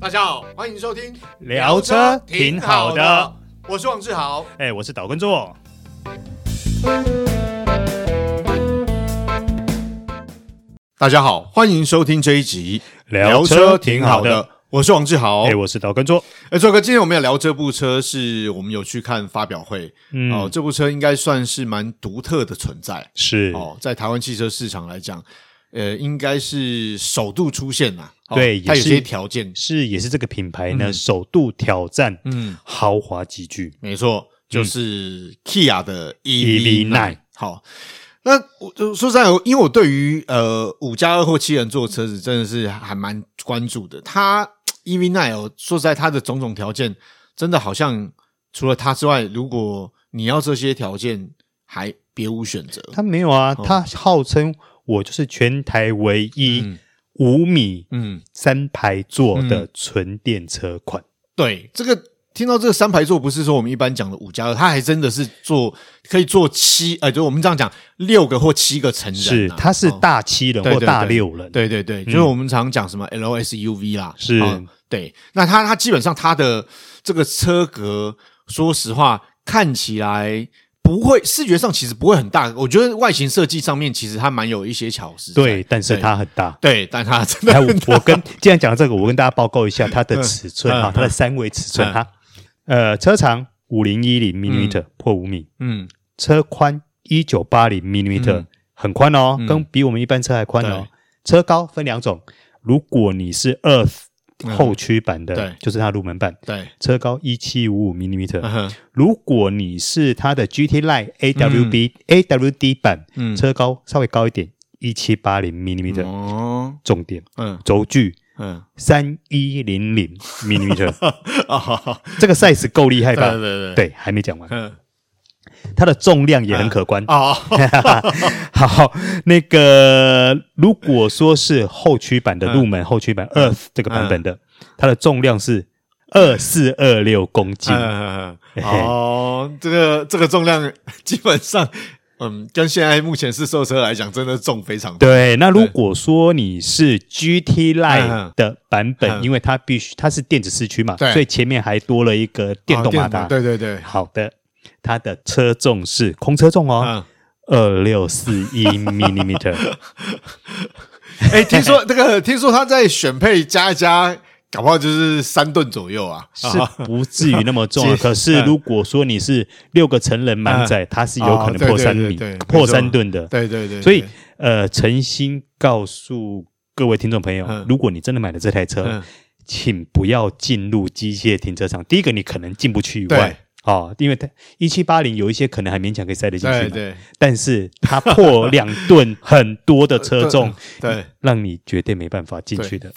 大家好，欢迎收听聊车挺好的，我是王志豪。哎、我是岛根座。大家好，欢迎收听这一集聊车挺好的，我是王志豪。哎、哎、我是岛根座。周哥，今天我们要聊这部车，是我们有去看发表会、嗯，哦。这部车应该算是蛮独特的存在是、哦，在台湾汽车市场来讲，呃，应该是首度出现啦。哦对它有也是些条件，是，也是这个品牌呢、嗯首度挑战嗯，豪华集具。没错，就嗯 E 是 Kia 的 E EV9 好，那我就说实在，因为我对于呃五加二或七人座的车子真的是还蛮关注的。它 EV Nine 哦，说实在，它的种种条件真的好像除了它之外，如果你要这些条件，还别无选择。它没有啊，哦它号称我就是全台唯一嗯五米嗯，三排座的纯电车款。对，这个听到这个三排座，不是说我们一般讲的五加二，它还真的是做可以做七，呃，就我们这样讲六个或七个成人啊、是，它是哦大七人对或对大对六人。对对对，就是我们常讲什么 LSUV 啦，嗯是啊对。那它它基本上它的这个车格，说实话看起来不会，视觉上其实不会很大。我觉得外形设计上面其实它蛮有一些巧思在。对但是它很大。对，但它 真的哎，我我跟既然讲到这个，我跟大家报告一下它的尺寸嗯啊嗯，它的三维尺寸嗯哈。呃，车长五零一零 mm 破五米，嗯，车宽一九八零 mm，嗯很宽哦嗯，跟比我们一般车还宽哦。车高分两种，如果你是 Earth 嗯后驱版的对，就是它入门版，对，车高一七五五 mm 嗯。哼如果你是它的 GT Line AWB AWD 版，嗯车高稍微高一点，一七八零 mm。哦，重点嗯轴距嗯，三一零零 mm，啊，好好这个 size 够厉害对吧？ 对对，对，还没讲完，嗯，它的重量也很可观。 哦，好，那个如果说是后驱版的入嗯门后驱版 Earth 这个版本的，它的重量是二四二六公斤，嗯嗯嗯哦，这个这个重量基本上，嗯，跟现在目前市售车来讲，真的重非常多。对，那如果说你是 GT Line 嗯的版本，嗯因为它必须它是电子四驱嘛，对所以前面还多了一个电动马达。哦对对对，好的，它的车重是空车重哦，嗯，二六四一 millimeter。哎，听说这个，听说他在选配加一加，搞不好就是三吨左右啊， 是不至于那么重 啊，接可是如果说你是六个成人满载，它是有可哦能对破对三对米对没、错破三吨的。对对对，所以对呃，诚心告诉各位听众朋友嗯，如果你真的买了这台车嗯，请不要进入机械停车场。第一个，你可能进不去以对外。哦，因为它一七八零有一些可能还勉强可以塞得进去对嘛，对但是 它破两吨很多的车重，对，让你绝对没办法进去的。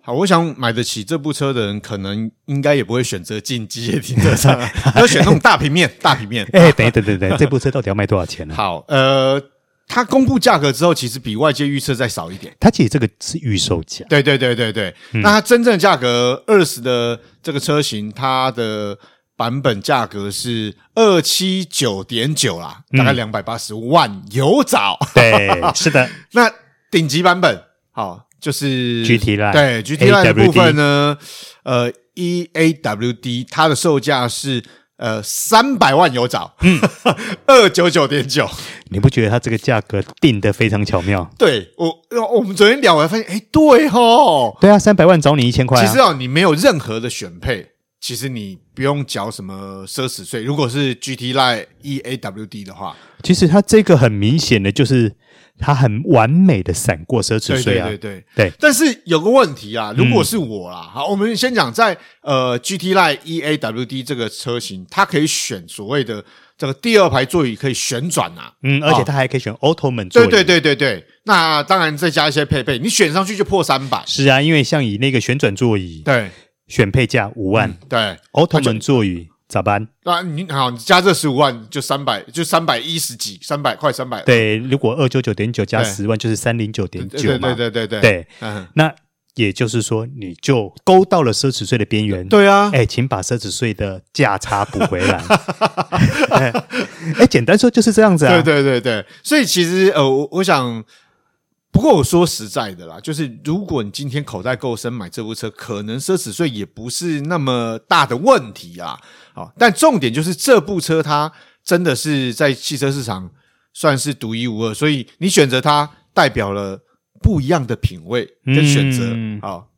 好，我想买得起这部车的人，可能应该也不会选择进机械停车 场，要选那种大平面，大平面。哎，等一等等一等，这部车到底要卖多少钱呢？好，呃，它公布价格之后，其实比外界预测再少一点。它其实这个是预售 价，对对对对对，那它真正价格二十的这个车型，它的版本价格是二七九点九啦，大概两百八十万有找。 对，是的，那顶级版本好就是 GT Line 对 GT Line 的 AWD 部分呢，呃，E A W D 它的售价是。呃，三百万有找，嗯， 二九九点九，你不觉得它这个价格定得非常巧妙？对我，我们昨天聊，我还发现，哎、对吼，对啊，三百万找你一千块、啊，其实哦，你没有任何的选配，其实你不用缴什么奢侈税。如果是 GT Line E A W D 的话，其实它这个很明显的就是它很完美的闪过奢侈对税对啊，对对对嗯但是有个问题啊，如果是我啦，好，我们先讲在呃 GT Line E A W D 这个车型，它可以选所谓的这个第二排座椅可以旋转啊。嗯，而且它还可以选 Ottoman 对座椅，对对对对，那当然再加一些配备，你选上去就破三百。是啊，因为像以那个旋转座椅对嗯选配价五万、对，奥 Ottoman 座椅咋办？那你好，你加这十五万就三百，就三百一十几，三百快三百。对，如果二九九点九加嗯对十万就是三零九对点对九嘛，对对对对对嗯，那也就是说你就勾到了奢侈税的边缘，对啊，哎、请把奢侈税的价差补回来。 哎、简单说就是这样子啊。对对对对，所以其实呃，我我想不过我说实在的啦，就是如果你今天口袋够深买这部车，可能奢侈税也不是那么大的问题啊。好，但重点就是这部车它真的是在汽车市场算是独一无二，所以你选择它代表了不一样的品味跟选择。嗯好，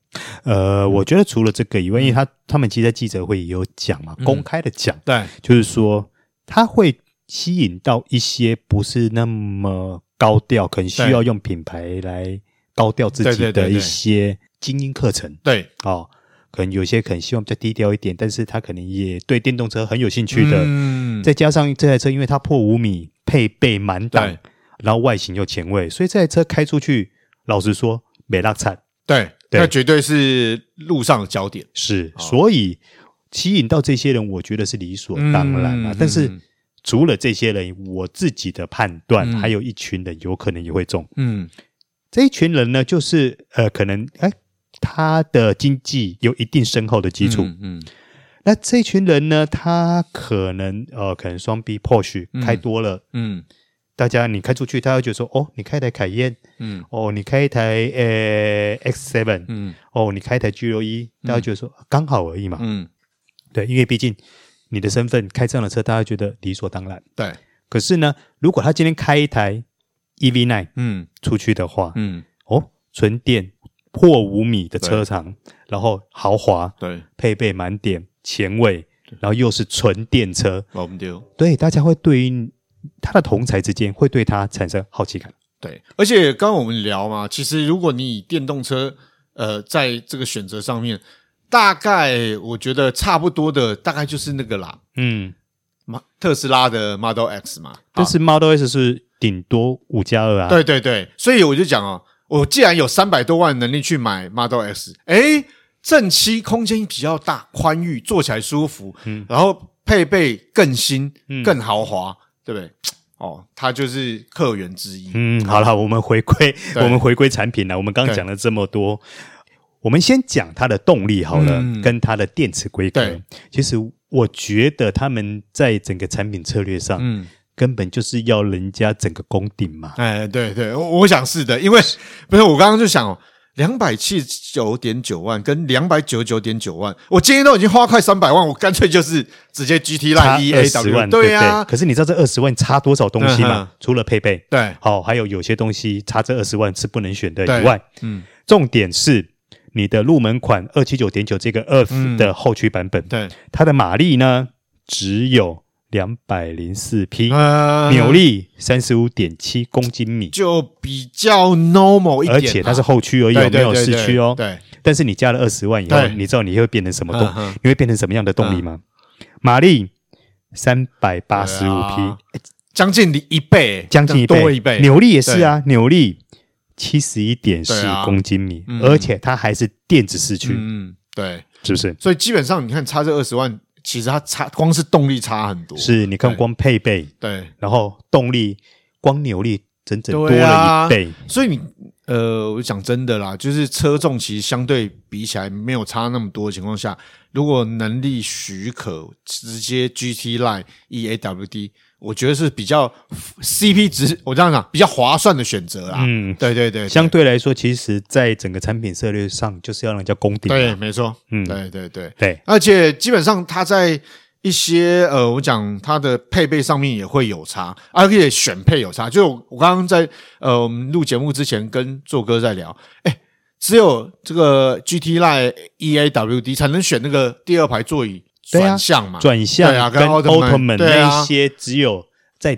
呃，我觉得除了这个以外，因为嗯他他们其实在记者会也有讲嘛，公开的讲，对，就是说它会吸引到一些不是那么高调，可能需要用品牌来高调自己对对对的对一些精英课程对，哦。可能有些可能希望比较低调一点，但是他可能也对电动车很有兴趣的。嗯，再加上这台车，因为它破五米，配备满档对，然后外形又前卫，所以这台车开出去，老实说，没拉惨。对，对那绝对是路上的焦点。是，所以吸引到这些人，我觉得是理所当然啦。嗯但是嗯除了这些人，我自己的判断，嗯还有一群人有可能也会中。嗯，这一群人呢，就是呃，可能哎，他的经济有一定深厚的基础。嗯嗯，那这一群人呢，他可能呃，可能双 B Porsche 嗯开多了，嗯大家你开出去，他会觉得说，哦，你开一台凯宴，嗯哦，你开一台呃 X Seven，、嗯哦，你开一台 G 六一，大家觉得说刚好而已嘛。嗯，对，因为毕竟你的身份开这样的车，大家觉得理所当然。对，可是呢，如果他今天开一台 EV Nine 嗯出去的话，嗯，哦，纯电破五米的车长，然后豪华，对，配备满点，前卫，然后又是纯电车，我们丢。对，大家会对于他的同才之间会对他产生好奇感。对，而且刚刚我们聊嘛，其实如果你以电动车，呃，在这个选择上面，大概我觉得差不多的，大概就是那个啦，嗯，马特斯拉的 Model X 嘛。但好是 Model S 是顶多五加二啊，对对对，所以我就讲哦，我既然有三百多万能力去买 Model S，诶，正七空间比较大、宽裕，坐起来舒服，嗯然后配备更新、更豪华，对不对？哦，它就是客源之一。嗯，好了，我们回归，对我们回归产品了。我们刚刚讲了这么多，我们先讲它的动力好了，嗯跟它的电池规格对。其实我觉得他们在整个产品策略上，嗯根本就是要人家整个攻顶嘛。哎，对对，我我想是的，因为不是我刚刚就想哦，两百七十九点九万跟两百九十九点九万，我今天都已经花快三百万，我干脆就是直接 GT 差烂 E 二 A 十 W，啊万，对不呀、对？可是你知道这二十万差多少东西嗯吗？除了配备，对好，还有有些东西差这二十万是不能选的对以外，嗯，重点是你的入门款二七九点九这个 Earth 的后驱版本，嗯对，它的马力呢只有两百零四匹，呃扭力三十五点七公斤米，就比较 normal 一点啊、而且它是后驱而已，对没对有对市区哦。对，但是你加了二十万以后，对你知道你会变成什么动？嗯哼你会变成什么样的动力吗？马力三百八十五对匹啊，将近你一倍，将近一倍，多一倍，扭力也是啊，扭力七十一点对四啊公斤米，嗯而且它还是电子市区，嗯，嗯对，是不是？所以基本上你看差这二十万，其实它差光是动力差很多，是你看对光配备，对，然后动力光扭力整整多对了啊一倍，所以你呃，我讲真的啦，就是车重其实相对比起来没有差那么多的情况下，如果能力许可，直接 GT Line E EAWD，我觉得是比较 CP 值，我这样讲比较划算的选择啦。嗯对对啊对，相对来说，其实在整个产品策略上，就是要让人家攻顶嘛。对，没错，嗯嗯，对对对，对而且基本上它在一些呃，我讲它的配备上面也会有差，啊而且选配有差。就我我刚刚在呃，我们录节目之前跟做哥在聊，哎，只有这个 GT Line E EAWD 才能选那个第二排座椅对啊转向嘛，转向对啊跟跟奥 Ultimate，特曼对啊那一些，只有在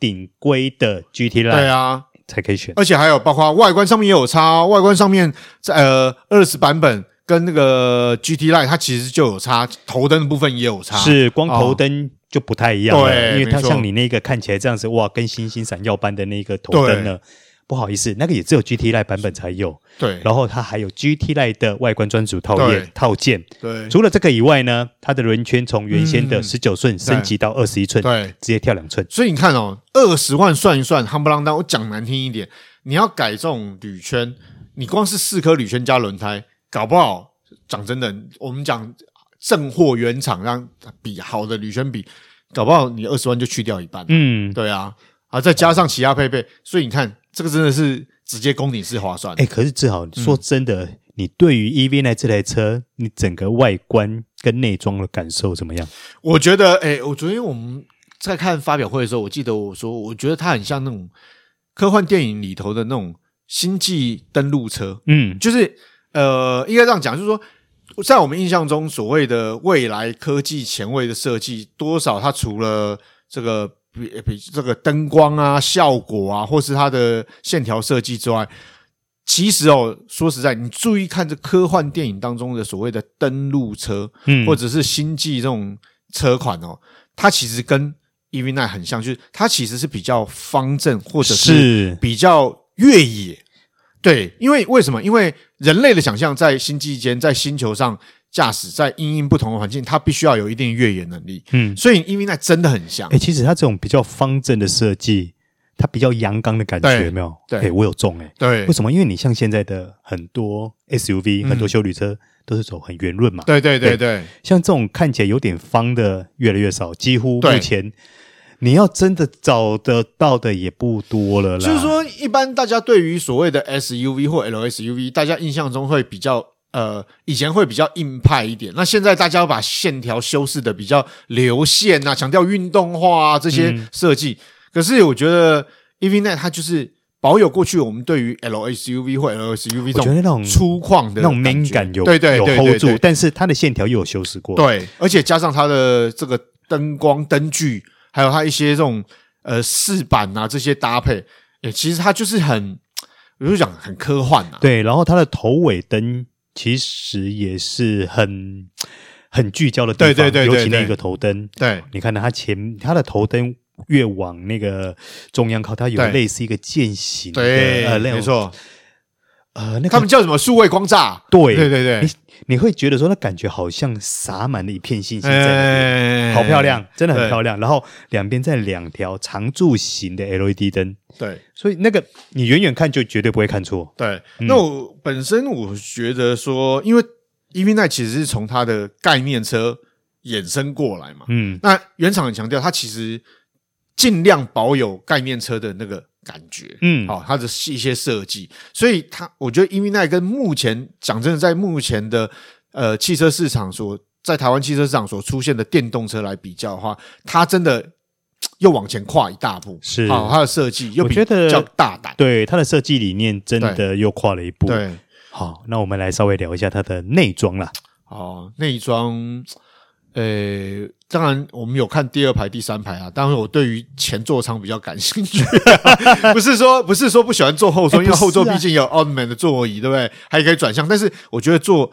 顶规的 GT 对 Line 啊，才可以选。而且还有包括外观上面也有差、哦，外观上面在呃二十版本跟那个 GT Line 它其实就有差，头灯的部分也有差，是光头哦灯就不太一样了，对因为它没错像你那个看起来这样子，哇，跟星星闪耀般的那个头灯呢，不好意思，那个也只有 GT Line 版本才有，对然后它还有 GT Line 的外观专属套件对套件。对除了这个以外呢，它的轮圈从原先的嗯十九寸升级到二十一寸，对。直接跳两寸。所以你看哦，二十万算一算，夯不啷当。我讲难听一点，你要改这种铝圈，你光是四颗铝圈加轮胎，搞不好讲真的，我们讲正货原厂让比好的铝圈比，搞不好你二十万就去掉一半。嗯，对啊，啊，再加上其他配备，所以你看这个真的是直接攻顶是划算。哎、可是志嗯豪，说真的，你对于 EV 那这台车，你整个外观跟内装的感受怎么样？我觉得，哎、我昨天我们在看发表会的时候，我记得我说，我觉得它很像那种科幻电影里头的那种星际登陆车，嗯，就是呃，应该这样讲，就是说。在我们印象中，所谓的未来科技前卫的设计，多少它除了这个比比这个灯光啊、效果啊，或是它的线条设计之外，其实哦，说实在，你注意看这科幻电影当中的所谓的登陆车，嗯或者是星际这种车款哦，它其实跟 EV 9很像，就是它其实是比较方正，或者是是比较越野。对，因为为什么？因为人类的想象在星际间，在星球上驾驶，在因应不同的环境，它必须要有一定越野能力。嗯所以 EV 9真的很像哎、。其实它这种比较方正的设计，它比较阳刚的感觉，对有没有？对哎、我有中哎、对嗯为，什么？因为你像现在的很多 SUV、很多修旅车都是走很圆润嘛，对对对对对，像这种看起来有点方的越来越少，几乎对目前你要真的找得到的也不多了啦。就是，说，一般大家对于所谓的 SUV 或 LSUV，大家印象中会比较呃，以前会比较硬派一点。那现在大家把线条修饰的比较流线啊，强调运动化啊这些嗯设计。可是我觉得 EV 9它就是保有过去我们对于 LSUV 或 LSUV 我觉这得那种种粗犷的那种感敏觉感有对对有对 hold 对住，对但是它的线条又有修饰过。对，而且加上它的这个灯光、灯具，还有它一些这种呃饰板啊这些搭配，诶，其实它就是很，我就讲很科幻啊。对，然后它的头尾灯其实也是很很聚焦的地对方，对对对尤其对那个头灯，对你看到它前它的头灯越往那个中央靠，它有对类似一个剑形的，对，呃，那种没错，呃，那他个们叫什么数位光栅？对对对对，你会觉得说，那感觉好像洒满了一片星星在那边。哎好漂亮，，真的很对漂亮。然后两边再两条常柱型的 LED 灯，对所以那个你远远看就绝对不会看错。对。嗯那我本身我觉得说，因为 EV 9其实是从它的概念车衍生过来嘛，嗯，那原厂很强调，它其实尽量保有概念车的那个感觉，嗯好、它的一些设计，所以它我觉得 EV 9跟目前讲真的，在目前的呃汽车市场所在台湾汽车市场所出现的电动车来比较的话，它真的嘖又往前跨一大步，是好、它的设计又我比觉得较大胆，对，它的设计理念真的又跨了一步。对，好，那我们来稍微聊一下它的内装啦。哦，内装，呃，当然我们有看第二排、第三排啊。当然，我对于前座舱比较感兴趣、啊 不是说不是说不喜欢坐后座，哎因为后座不是啊毕竟有奥特曼的座椅，对不对？还可以转向。但是我觉得坐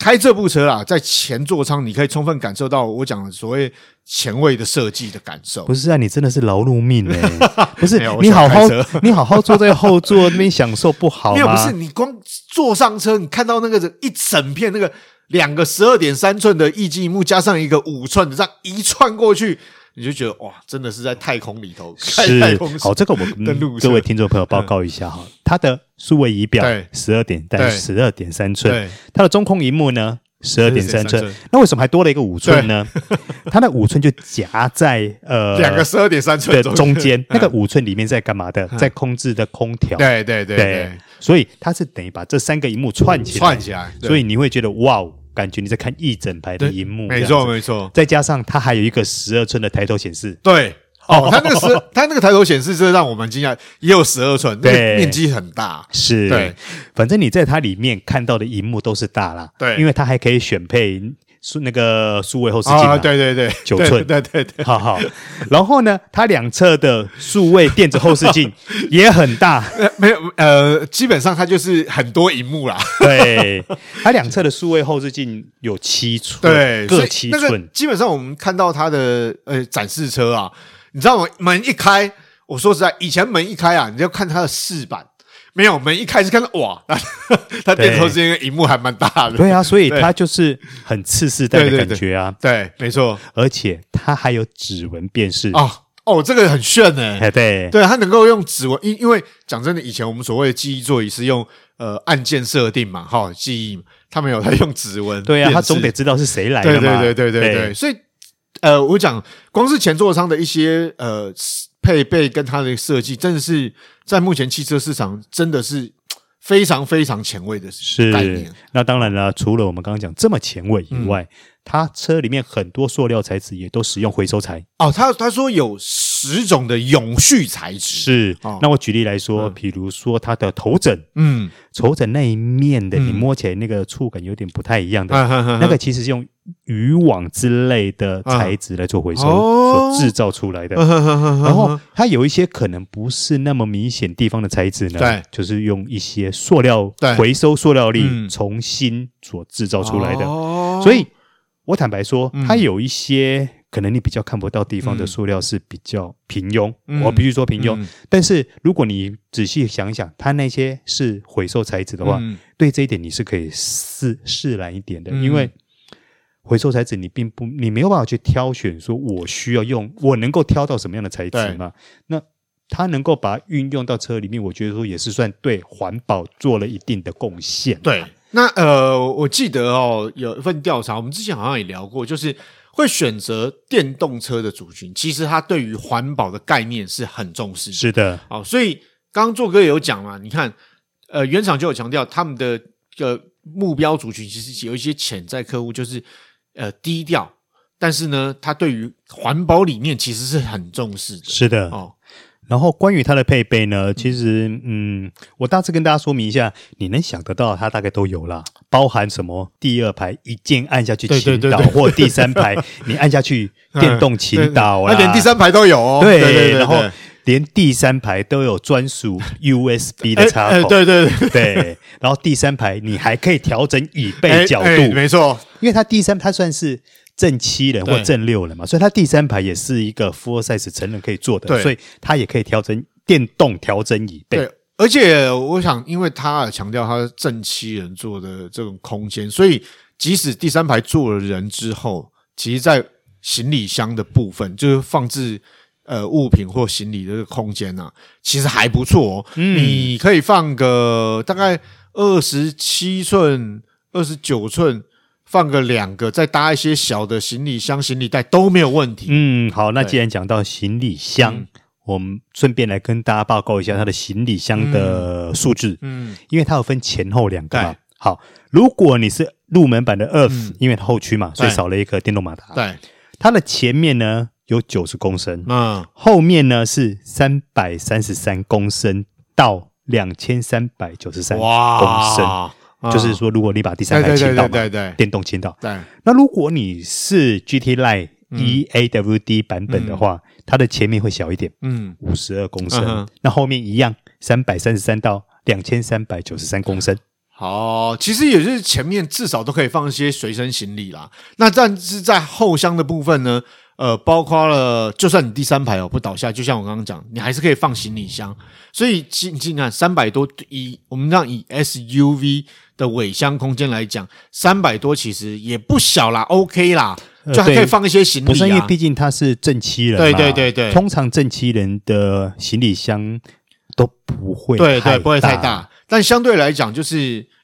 开这部车啦，在前座舱你可以充分感受到我讲的所谓前卫的设计的感受不。是啊，你真的是劳碌 命哎、不是没有我你好好喜欢开，你好好坐在后座那边享受不好吗？ 没有，不是你光坐上车，你看到那个人一整片那个两个十二点三寸的液晶幕，加上一个五寸的，这样一串过去，你就觉得哇，真的是在太空里头，开太是空好，这个我们的路跟车各位听众朋友报告一下哈，它的数位仪表对十二点对但十二点三寸对，它的中控荧幕呢十二点三12.3寸，那为什么还多了一个五寸呢？ 它的五寸就夹在呃两个十二点三寸的中，间，那个五寸里面在干嘛的？在控制的空调，嗯对对对对对，，所以它是等于把这三个荧幕串起来，串起来，对所以你会觉得哇哦，感觉你在看一整排的荧幕，没这样错子。没错，再加上它还有一个十二寸的抬头显示，对。哦，它那个是它那个抬头显示，真的让我们惊讶，也有十二寸，那个对面积很大，是，对，反正你在它里面看到的荧幕都是大啦，对因为它还可以选配数那个数位后视镜嘛啊，，对对对，九对寸对对对，好好。然后呢，它两侧的数位电子后 视镜也很大，呃没有呃，基本上它就是很多荧幕啦，对，它两侧的数位后视镜有七寸，对，所各以七那个寸，基本上我们看到它的呃展示车啊，你知道吗？门一开，我说实在，以前门一开啊，你就看它的饰板，没有门一开是看到哇， 它电头之间的荧幕还蛮大的。对啊，所以它就是很次世代的对对感觉啊，对，没错。而且它还有指纹辨识，哦哦，这个很炫哎、哎，对，对，它能够用指纹，因因为讲真的，以前我们所谓的记忆座椅是用呃按键设定嘛，哈，记忆，他没有他用指纹辨识，对啊，它总得知道是谁来对的嘛，对对对对对，所以呃，我讲光是前座舱的一些呃配备跟它的设计，真的是在目前汽车市场真的是非常非常前卫的概是念。，嗯那当然了，除了我们刚刚讲这么前卫以外，它车里面很多塑料材质也都使用回收材。哦，他他说有十种的永续材质，是，哦那我举例来说，比如说它的头枕，嗯，头枕那一面的，嗯你摸起来那个触感有点不太一样的，那那个其实是用渔网之类的材质来做回收、嗯哦嗯所制造出来的。然然后它有一些可能不是那么明显地方的材质呢，对就是用一些塑料对回收塑料粒嗯重新所制造出来的。哦所以，我坦白说，嗯它有一些可能你比较看不到地方的嗯塑料是比较平庸，嗯我必须说平庸。嗯但是如果你仔细想一想，它那些是回收材质的话，嗯对这一点你是可以释释然一点的，嗯因为。回收材质，你并不，你没有办法去挑选，说我需要用，我能够挑到什么样的材质对嘛？那它能够把它运用到车里面，我觉得说也是算对环保做了一定的贡献。对，那呃，我记得哦，有一份调查，我们之前好像也聊过，就是会选择电动车的族群，其实他对于环保的概念是很重视的。是的，好，所以刚刚做哥也有讲嘛，你看，呃，原厂就有强调他们的呃目标族群其实有一些潜在客户就是呃低调，但是呢，他对于环保理念其实是很重视的。是的，哦，然后关于它的配备呢，其实嗯，我大致跟大家说明一下，你能想得到它大概都有啦，包含什么第二排一键按下去对倾对对倒，对或第三排你按下去电动倾倒啦，那连第三排都有哦。对对对，然后对连第三排都有 专属 USB 的哎插哎口，对对对，对然后第三排你还可以调整椅哎背角度，哎没错，因为它第三它算是正七人或对正六人嘛，所以它第三排也是一个 full size 成人可以坐的，对所以它也可以调整电动调整椅背。对。而且我想，因为他强调他是正七人座的这种空间，所以即使第三排坐了人之后，其实在行李箱的部分，就是放置呃物品或行李的这个空间啊，其实还不错、哦。嗯你可以放个大概二十七寸、二十九寸，放个两个，再搭一些小的行李箱、行李袋都没有问题。嗯，好，那既然讲到行李箱，我们顺便来跟大家报告一下它的行李箱的数字，嗯，因为它有分前后两个嘛对。嗯好，如果你是入门版的 Earth，、因为它后驱嘛，所以对少了一个电动马达。对，它的前面呢有九十公升，嗯，后面呢是三百三十三公升到两千三百九十三公升，哇，就是说，如果你把第三排倾倒嘛，对对对对对对电动倾倒。对，那如果你是 GT Line E EAWD 版本的话，它的前面会小一点，嗯，五十二公升，嗯哼那后面一样三百三十三到两千三百九十三公升。好，其实也就是前面至少都可以放一些随身行李啦。那但是在后箱的部分呢，呃，包括了，就算你第三排哦不倒下，就像我刚刚讲，你还是可以放行李箱。所以，其你看三百多以我们让以 SUV 的尾箱空间来讲，三百多其实也不小啦，OK 啦，呃就还可对以放一些行不是李因为啊。毕竟它是正七人嘛，对对对对通常正七人的行李箱都不会对太对，不会太。大。但相对来讲，就是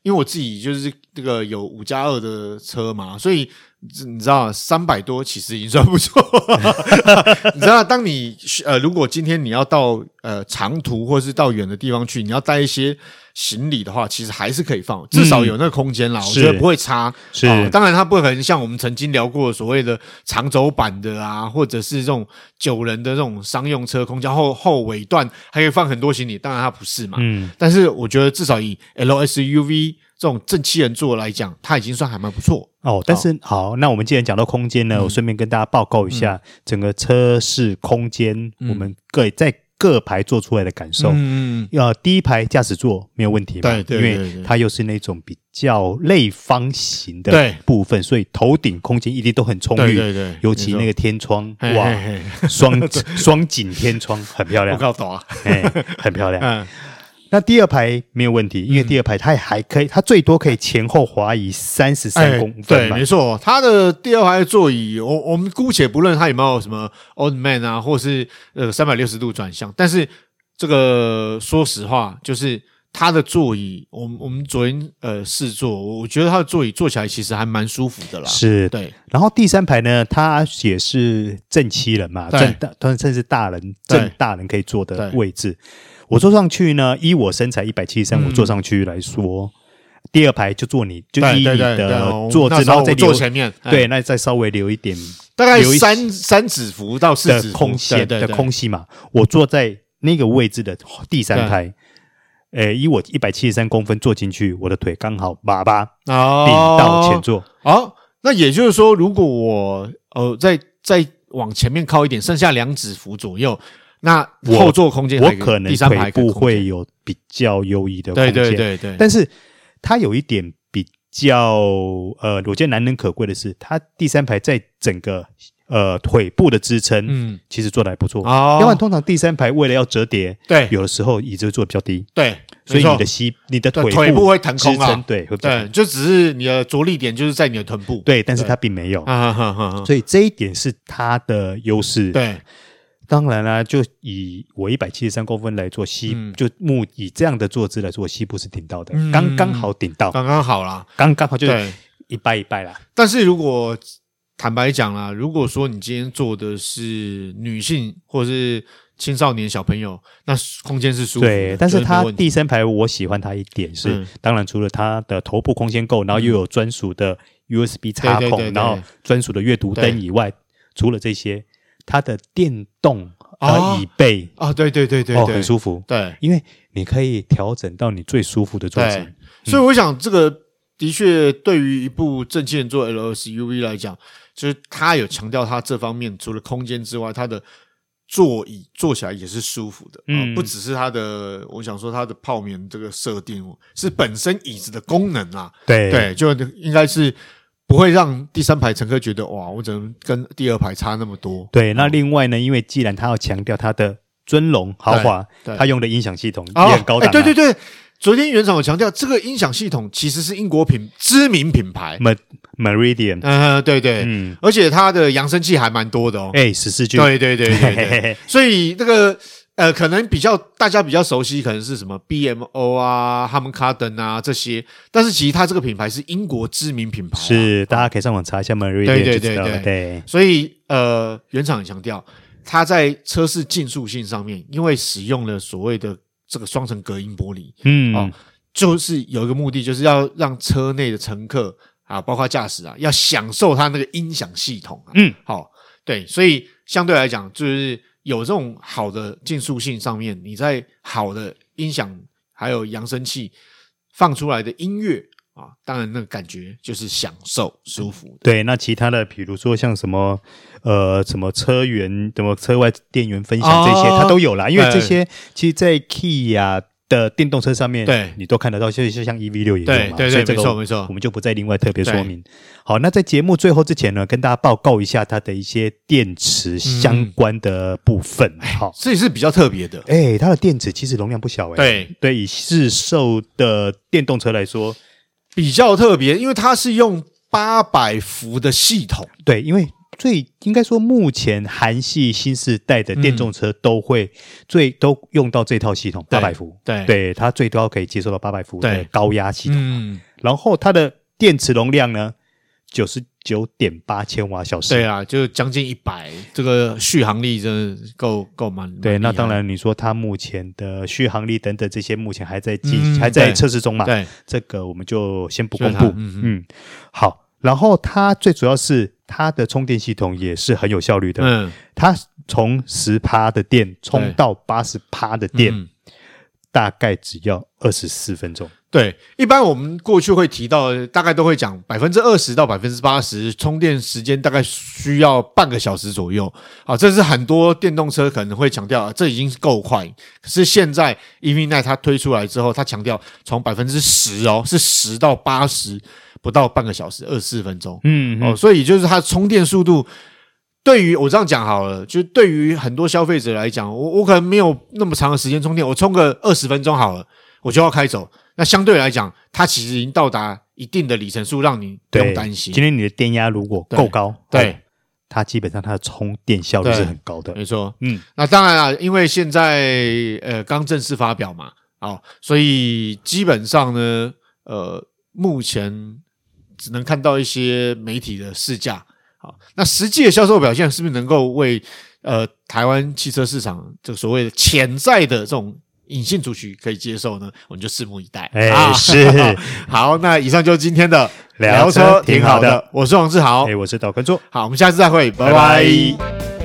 因为我自己就是这个有五加二的车嘛，所以你知道三百多其实已经算不 错。你知道，当你呃，如果今天你要到呃长途或是到远的地方去，你要带一些行李的话，其实还是可以放，至少有那个空间啦。我嗯是觉得不会差。是哦当然它不可能像我们曾经聊过的所谓的长轴版的啊，或者是这种九人的这种商用车空间后后尾段还可以放很多行李，当然它不是嘛。嗯，但是我觉得至少以 LSUV 这种正七人座来讲，它已经算还蛮不错。哦，但是好，那我们既然讲到空间呢，嗯我顺便跟大家报告一下整个车室空间，我们各在各排做出来的感受。嗯，呃，第一排驾驶座没有问题嘛，对对对因为对它又是那种比较类方形的对部分，所以头顶空间一定都很充裕。对对对尤其那个天窗，嘿哇，嘿双双井天窗很漂我亮，搞懂啊。哎，很漂亮。嗯，那第二排没有问题，因为第二排它还可以，它最多可以前后滑移三十三哎公分对，嘛没。错，它的第二排座椅，我我们姑且不论它有没有什么 old man 啊，或是呃三百六十度转向，但是这个说实话，就是它的座椅，我们我们昨天呃试坐，我觉得它的座椅坐起来其实还蛮舒服的啦。是，对，然后第三排呢，它也是正七人嘛，对正大，甚至大人对正大人可以坐的对位置。我坐上去呢，依我身材一百七三，嗯我坐上去来说，第二排就坐你，就对依对你对对的我坐姿，那时然候后再我留坐前面，哎对，那再稍微留一点大概留一三三指幅到四指的幅空对隙对的对空隙嘛。我坐在那个位置的第三排，呃，以我一百七十三公分坐进去，我的腿刚好粑粑哦，顶到前座，哦，那也就是说，如果我呃再再往前面靠一点，剩下两指幅左右，那我后座空间我还有一个可能第三排可腿以部空间会有比较优异的空对间。对对对，但是它有一点比较呃，我觉得难能可贵的是，它第三排在整个呃腿部的支撑，嗯其实做的还不错。哦要不然通常第三排为了要折叠，对有的时候椅子会做的比较低，对，所没以你错的膝、你的对腿腿部会腾空支啊撑对，会比较对，就只是你的着力点就是在你的臀部，对，但是它并没有，啊哈哈哈，所以这一点是它的优势。， 对，当然啦、就以我一百七十三公分来做膝，嗯就木以这样的坐姿来做，膝部是顶到的，嗯刚刚好顶到，刚刚好啦。刚刚好就是对一拜一拜啦。但是如果坦白讲啦，如果说你今天做的是女性或是青少年小朋友，那空间是舒服的，对，但是就是没它问题第三排我喜欢它一点是，嗯当然除了它的头部空间够，然后又有专属的 USB 插孔，对对对然后专属的阅读灯对以外，除了这些，它的电动哦呃椅背啊，对对对对哦对，很舒服，对。因为你可以调整到你最舒服的坐姿对。，嗯所以我想这个的确对于一部正气人做 L SUV 来讲，就是它有强调它这方面除了空间之外，它的座椅坐起来也是舒服的，嗯，嗯不只是它的，我想说它的泡棉这个设定是本身椅子的功能啊，对对，就应该是不会让第三排乘客觉得哇，我怎么跟第二排差那么多？对那另外呢，因为既然它要强调它的尊荣豪华对，对它用的音响系统哦也很高档、哎啊对对，对。昨天原厂有强调，这个音响系统其实是英国品知名品牌。 Mer Meridian，嗯、对对，嗯，而且它的扬声器还蛮多的哦。哎，十四句，对对对对嘿嘿对，嘿所以那个呃，可能比较大家比较熟悉，可能是什么 BMO 啊、哈曼卡登啊这些，但是其实它这个品牌是英国知名品牌、，是大家可以上网查一下 Meridian 对对就知道了对对对所以呃，原厂也强调它在车室竞速性上面，因为使用了所谓的这个双层隔音玻璃，嗯、哦就是有一个目的，就是要让车内的乘客啊，包括驾驶啊，要享受它那个音响系统啊。嗯，好、对，所以相对来讲，就是有这种好的竞速性上面，你在好的音响还有扬声器放出来的音乐啊，当然那个感觉就是享受舒服的。对。那其他的，比如说像什么呃什么车源、什么车外电源分享哦这些，它都有啦。因为对这些其实，在 Kia 的电动车上面，对你都看得到，就就像 EV 六也有嘛，对对对所以这个没错没错我们就不再另外特别说明。好，那在节目最后之前呢，跟大家报告一下它的一些电池相关的部分。好，这也是比较特别的。哎、它的电池其实容量不小哎、对对，以市售的电动车来说，比较特别，因为它是用八百伏的系统，对，因为最应该说，目前韩系新世代的电动车都会最、都用到这套系统，嗯八对百伏，对对，它最高可以接受到八百伏的对高压系统。嗯，然后它的电池容量呢，九十九点八千瓦小时。对啊，就将近一百，这个续航力真的够够蛮。蛮对那厉害当然，你说它目前的续航力等等这些，目前还在进、嗯还在对测试中嘛？对，这个我们就先不就是公它布。嗯嗯，好。然后它最主要是它的充电系统也是很有效率的。嗯，它从十趴的电充到八十趴的电，嗯大概只要二十四分钟。对，一般我们过去会提到，大概都会讲百分之二十到百分之八十充电时间大概需要半个小时左右。啊，这是很多电动车可能会强调，啊这已经够快。可是现在 EV Nine 它推出来之后，它强调从百分之十哦，是十到八十，不到半个小时，二十四分钟。嗯哦，所以就是它充电速度，对于我这样讲好了，就对于很多消费者来讲，我我可能没有那么长的时间充电，我充个二十分钟好了，我就要开走。那相对来讲，它其实已经到达一定的里程数，让你不用对，担心。今天你的电压如果够高，对哦，它基本上它的充电效率对啊是很高的。没错，嗯，那当然啊，因为现在呃刚正式发表嘛，哦，所以基本上呢，呃，目前只能看到一些媒体的试驾。好，那实际的销售表现是不是能够为呃台湾汽车市场这个所谓的潜在的这种隐性族群可以接受呢？我们就拭目以待。哎啊是 好，那以上就是今天的聊车车挺挺好好的的，我是王志豪哎、。我是导观众。好，我们下次再会，拜拜拜拜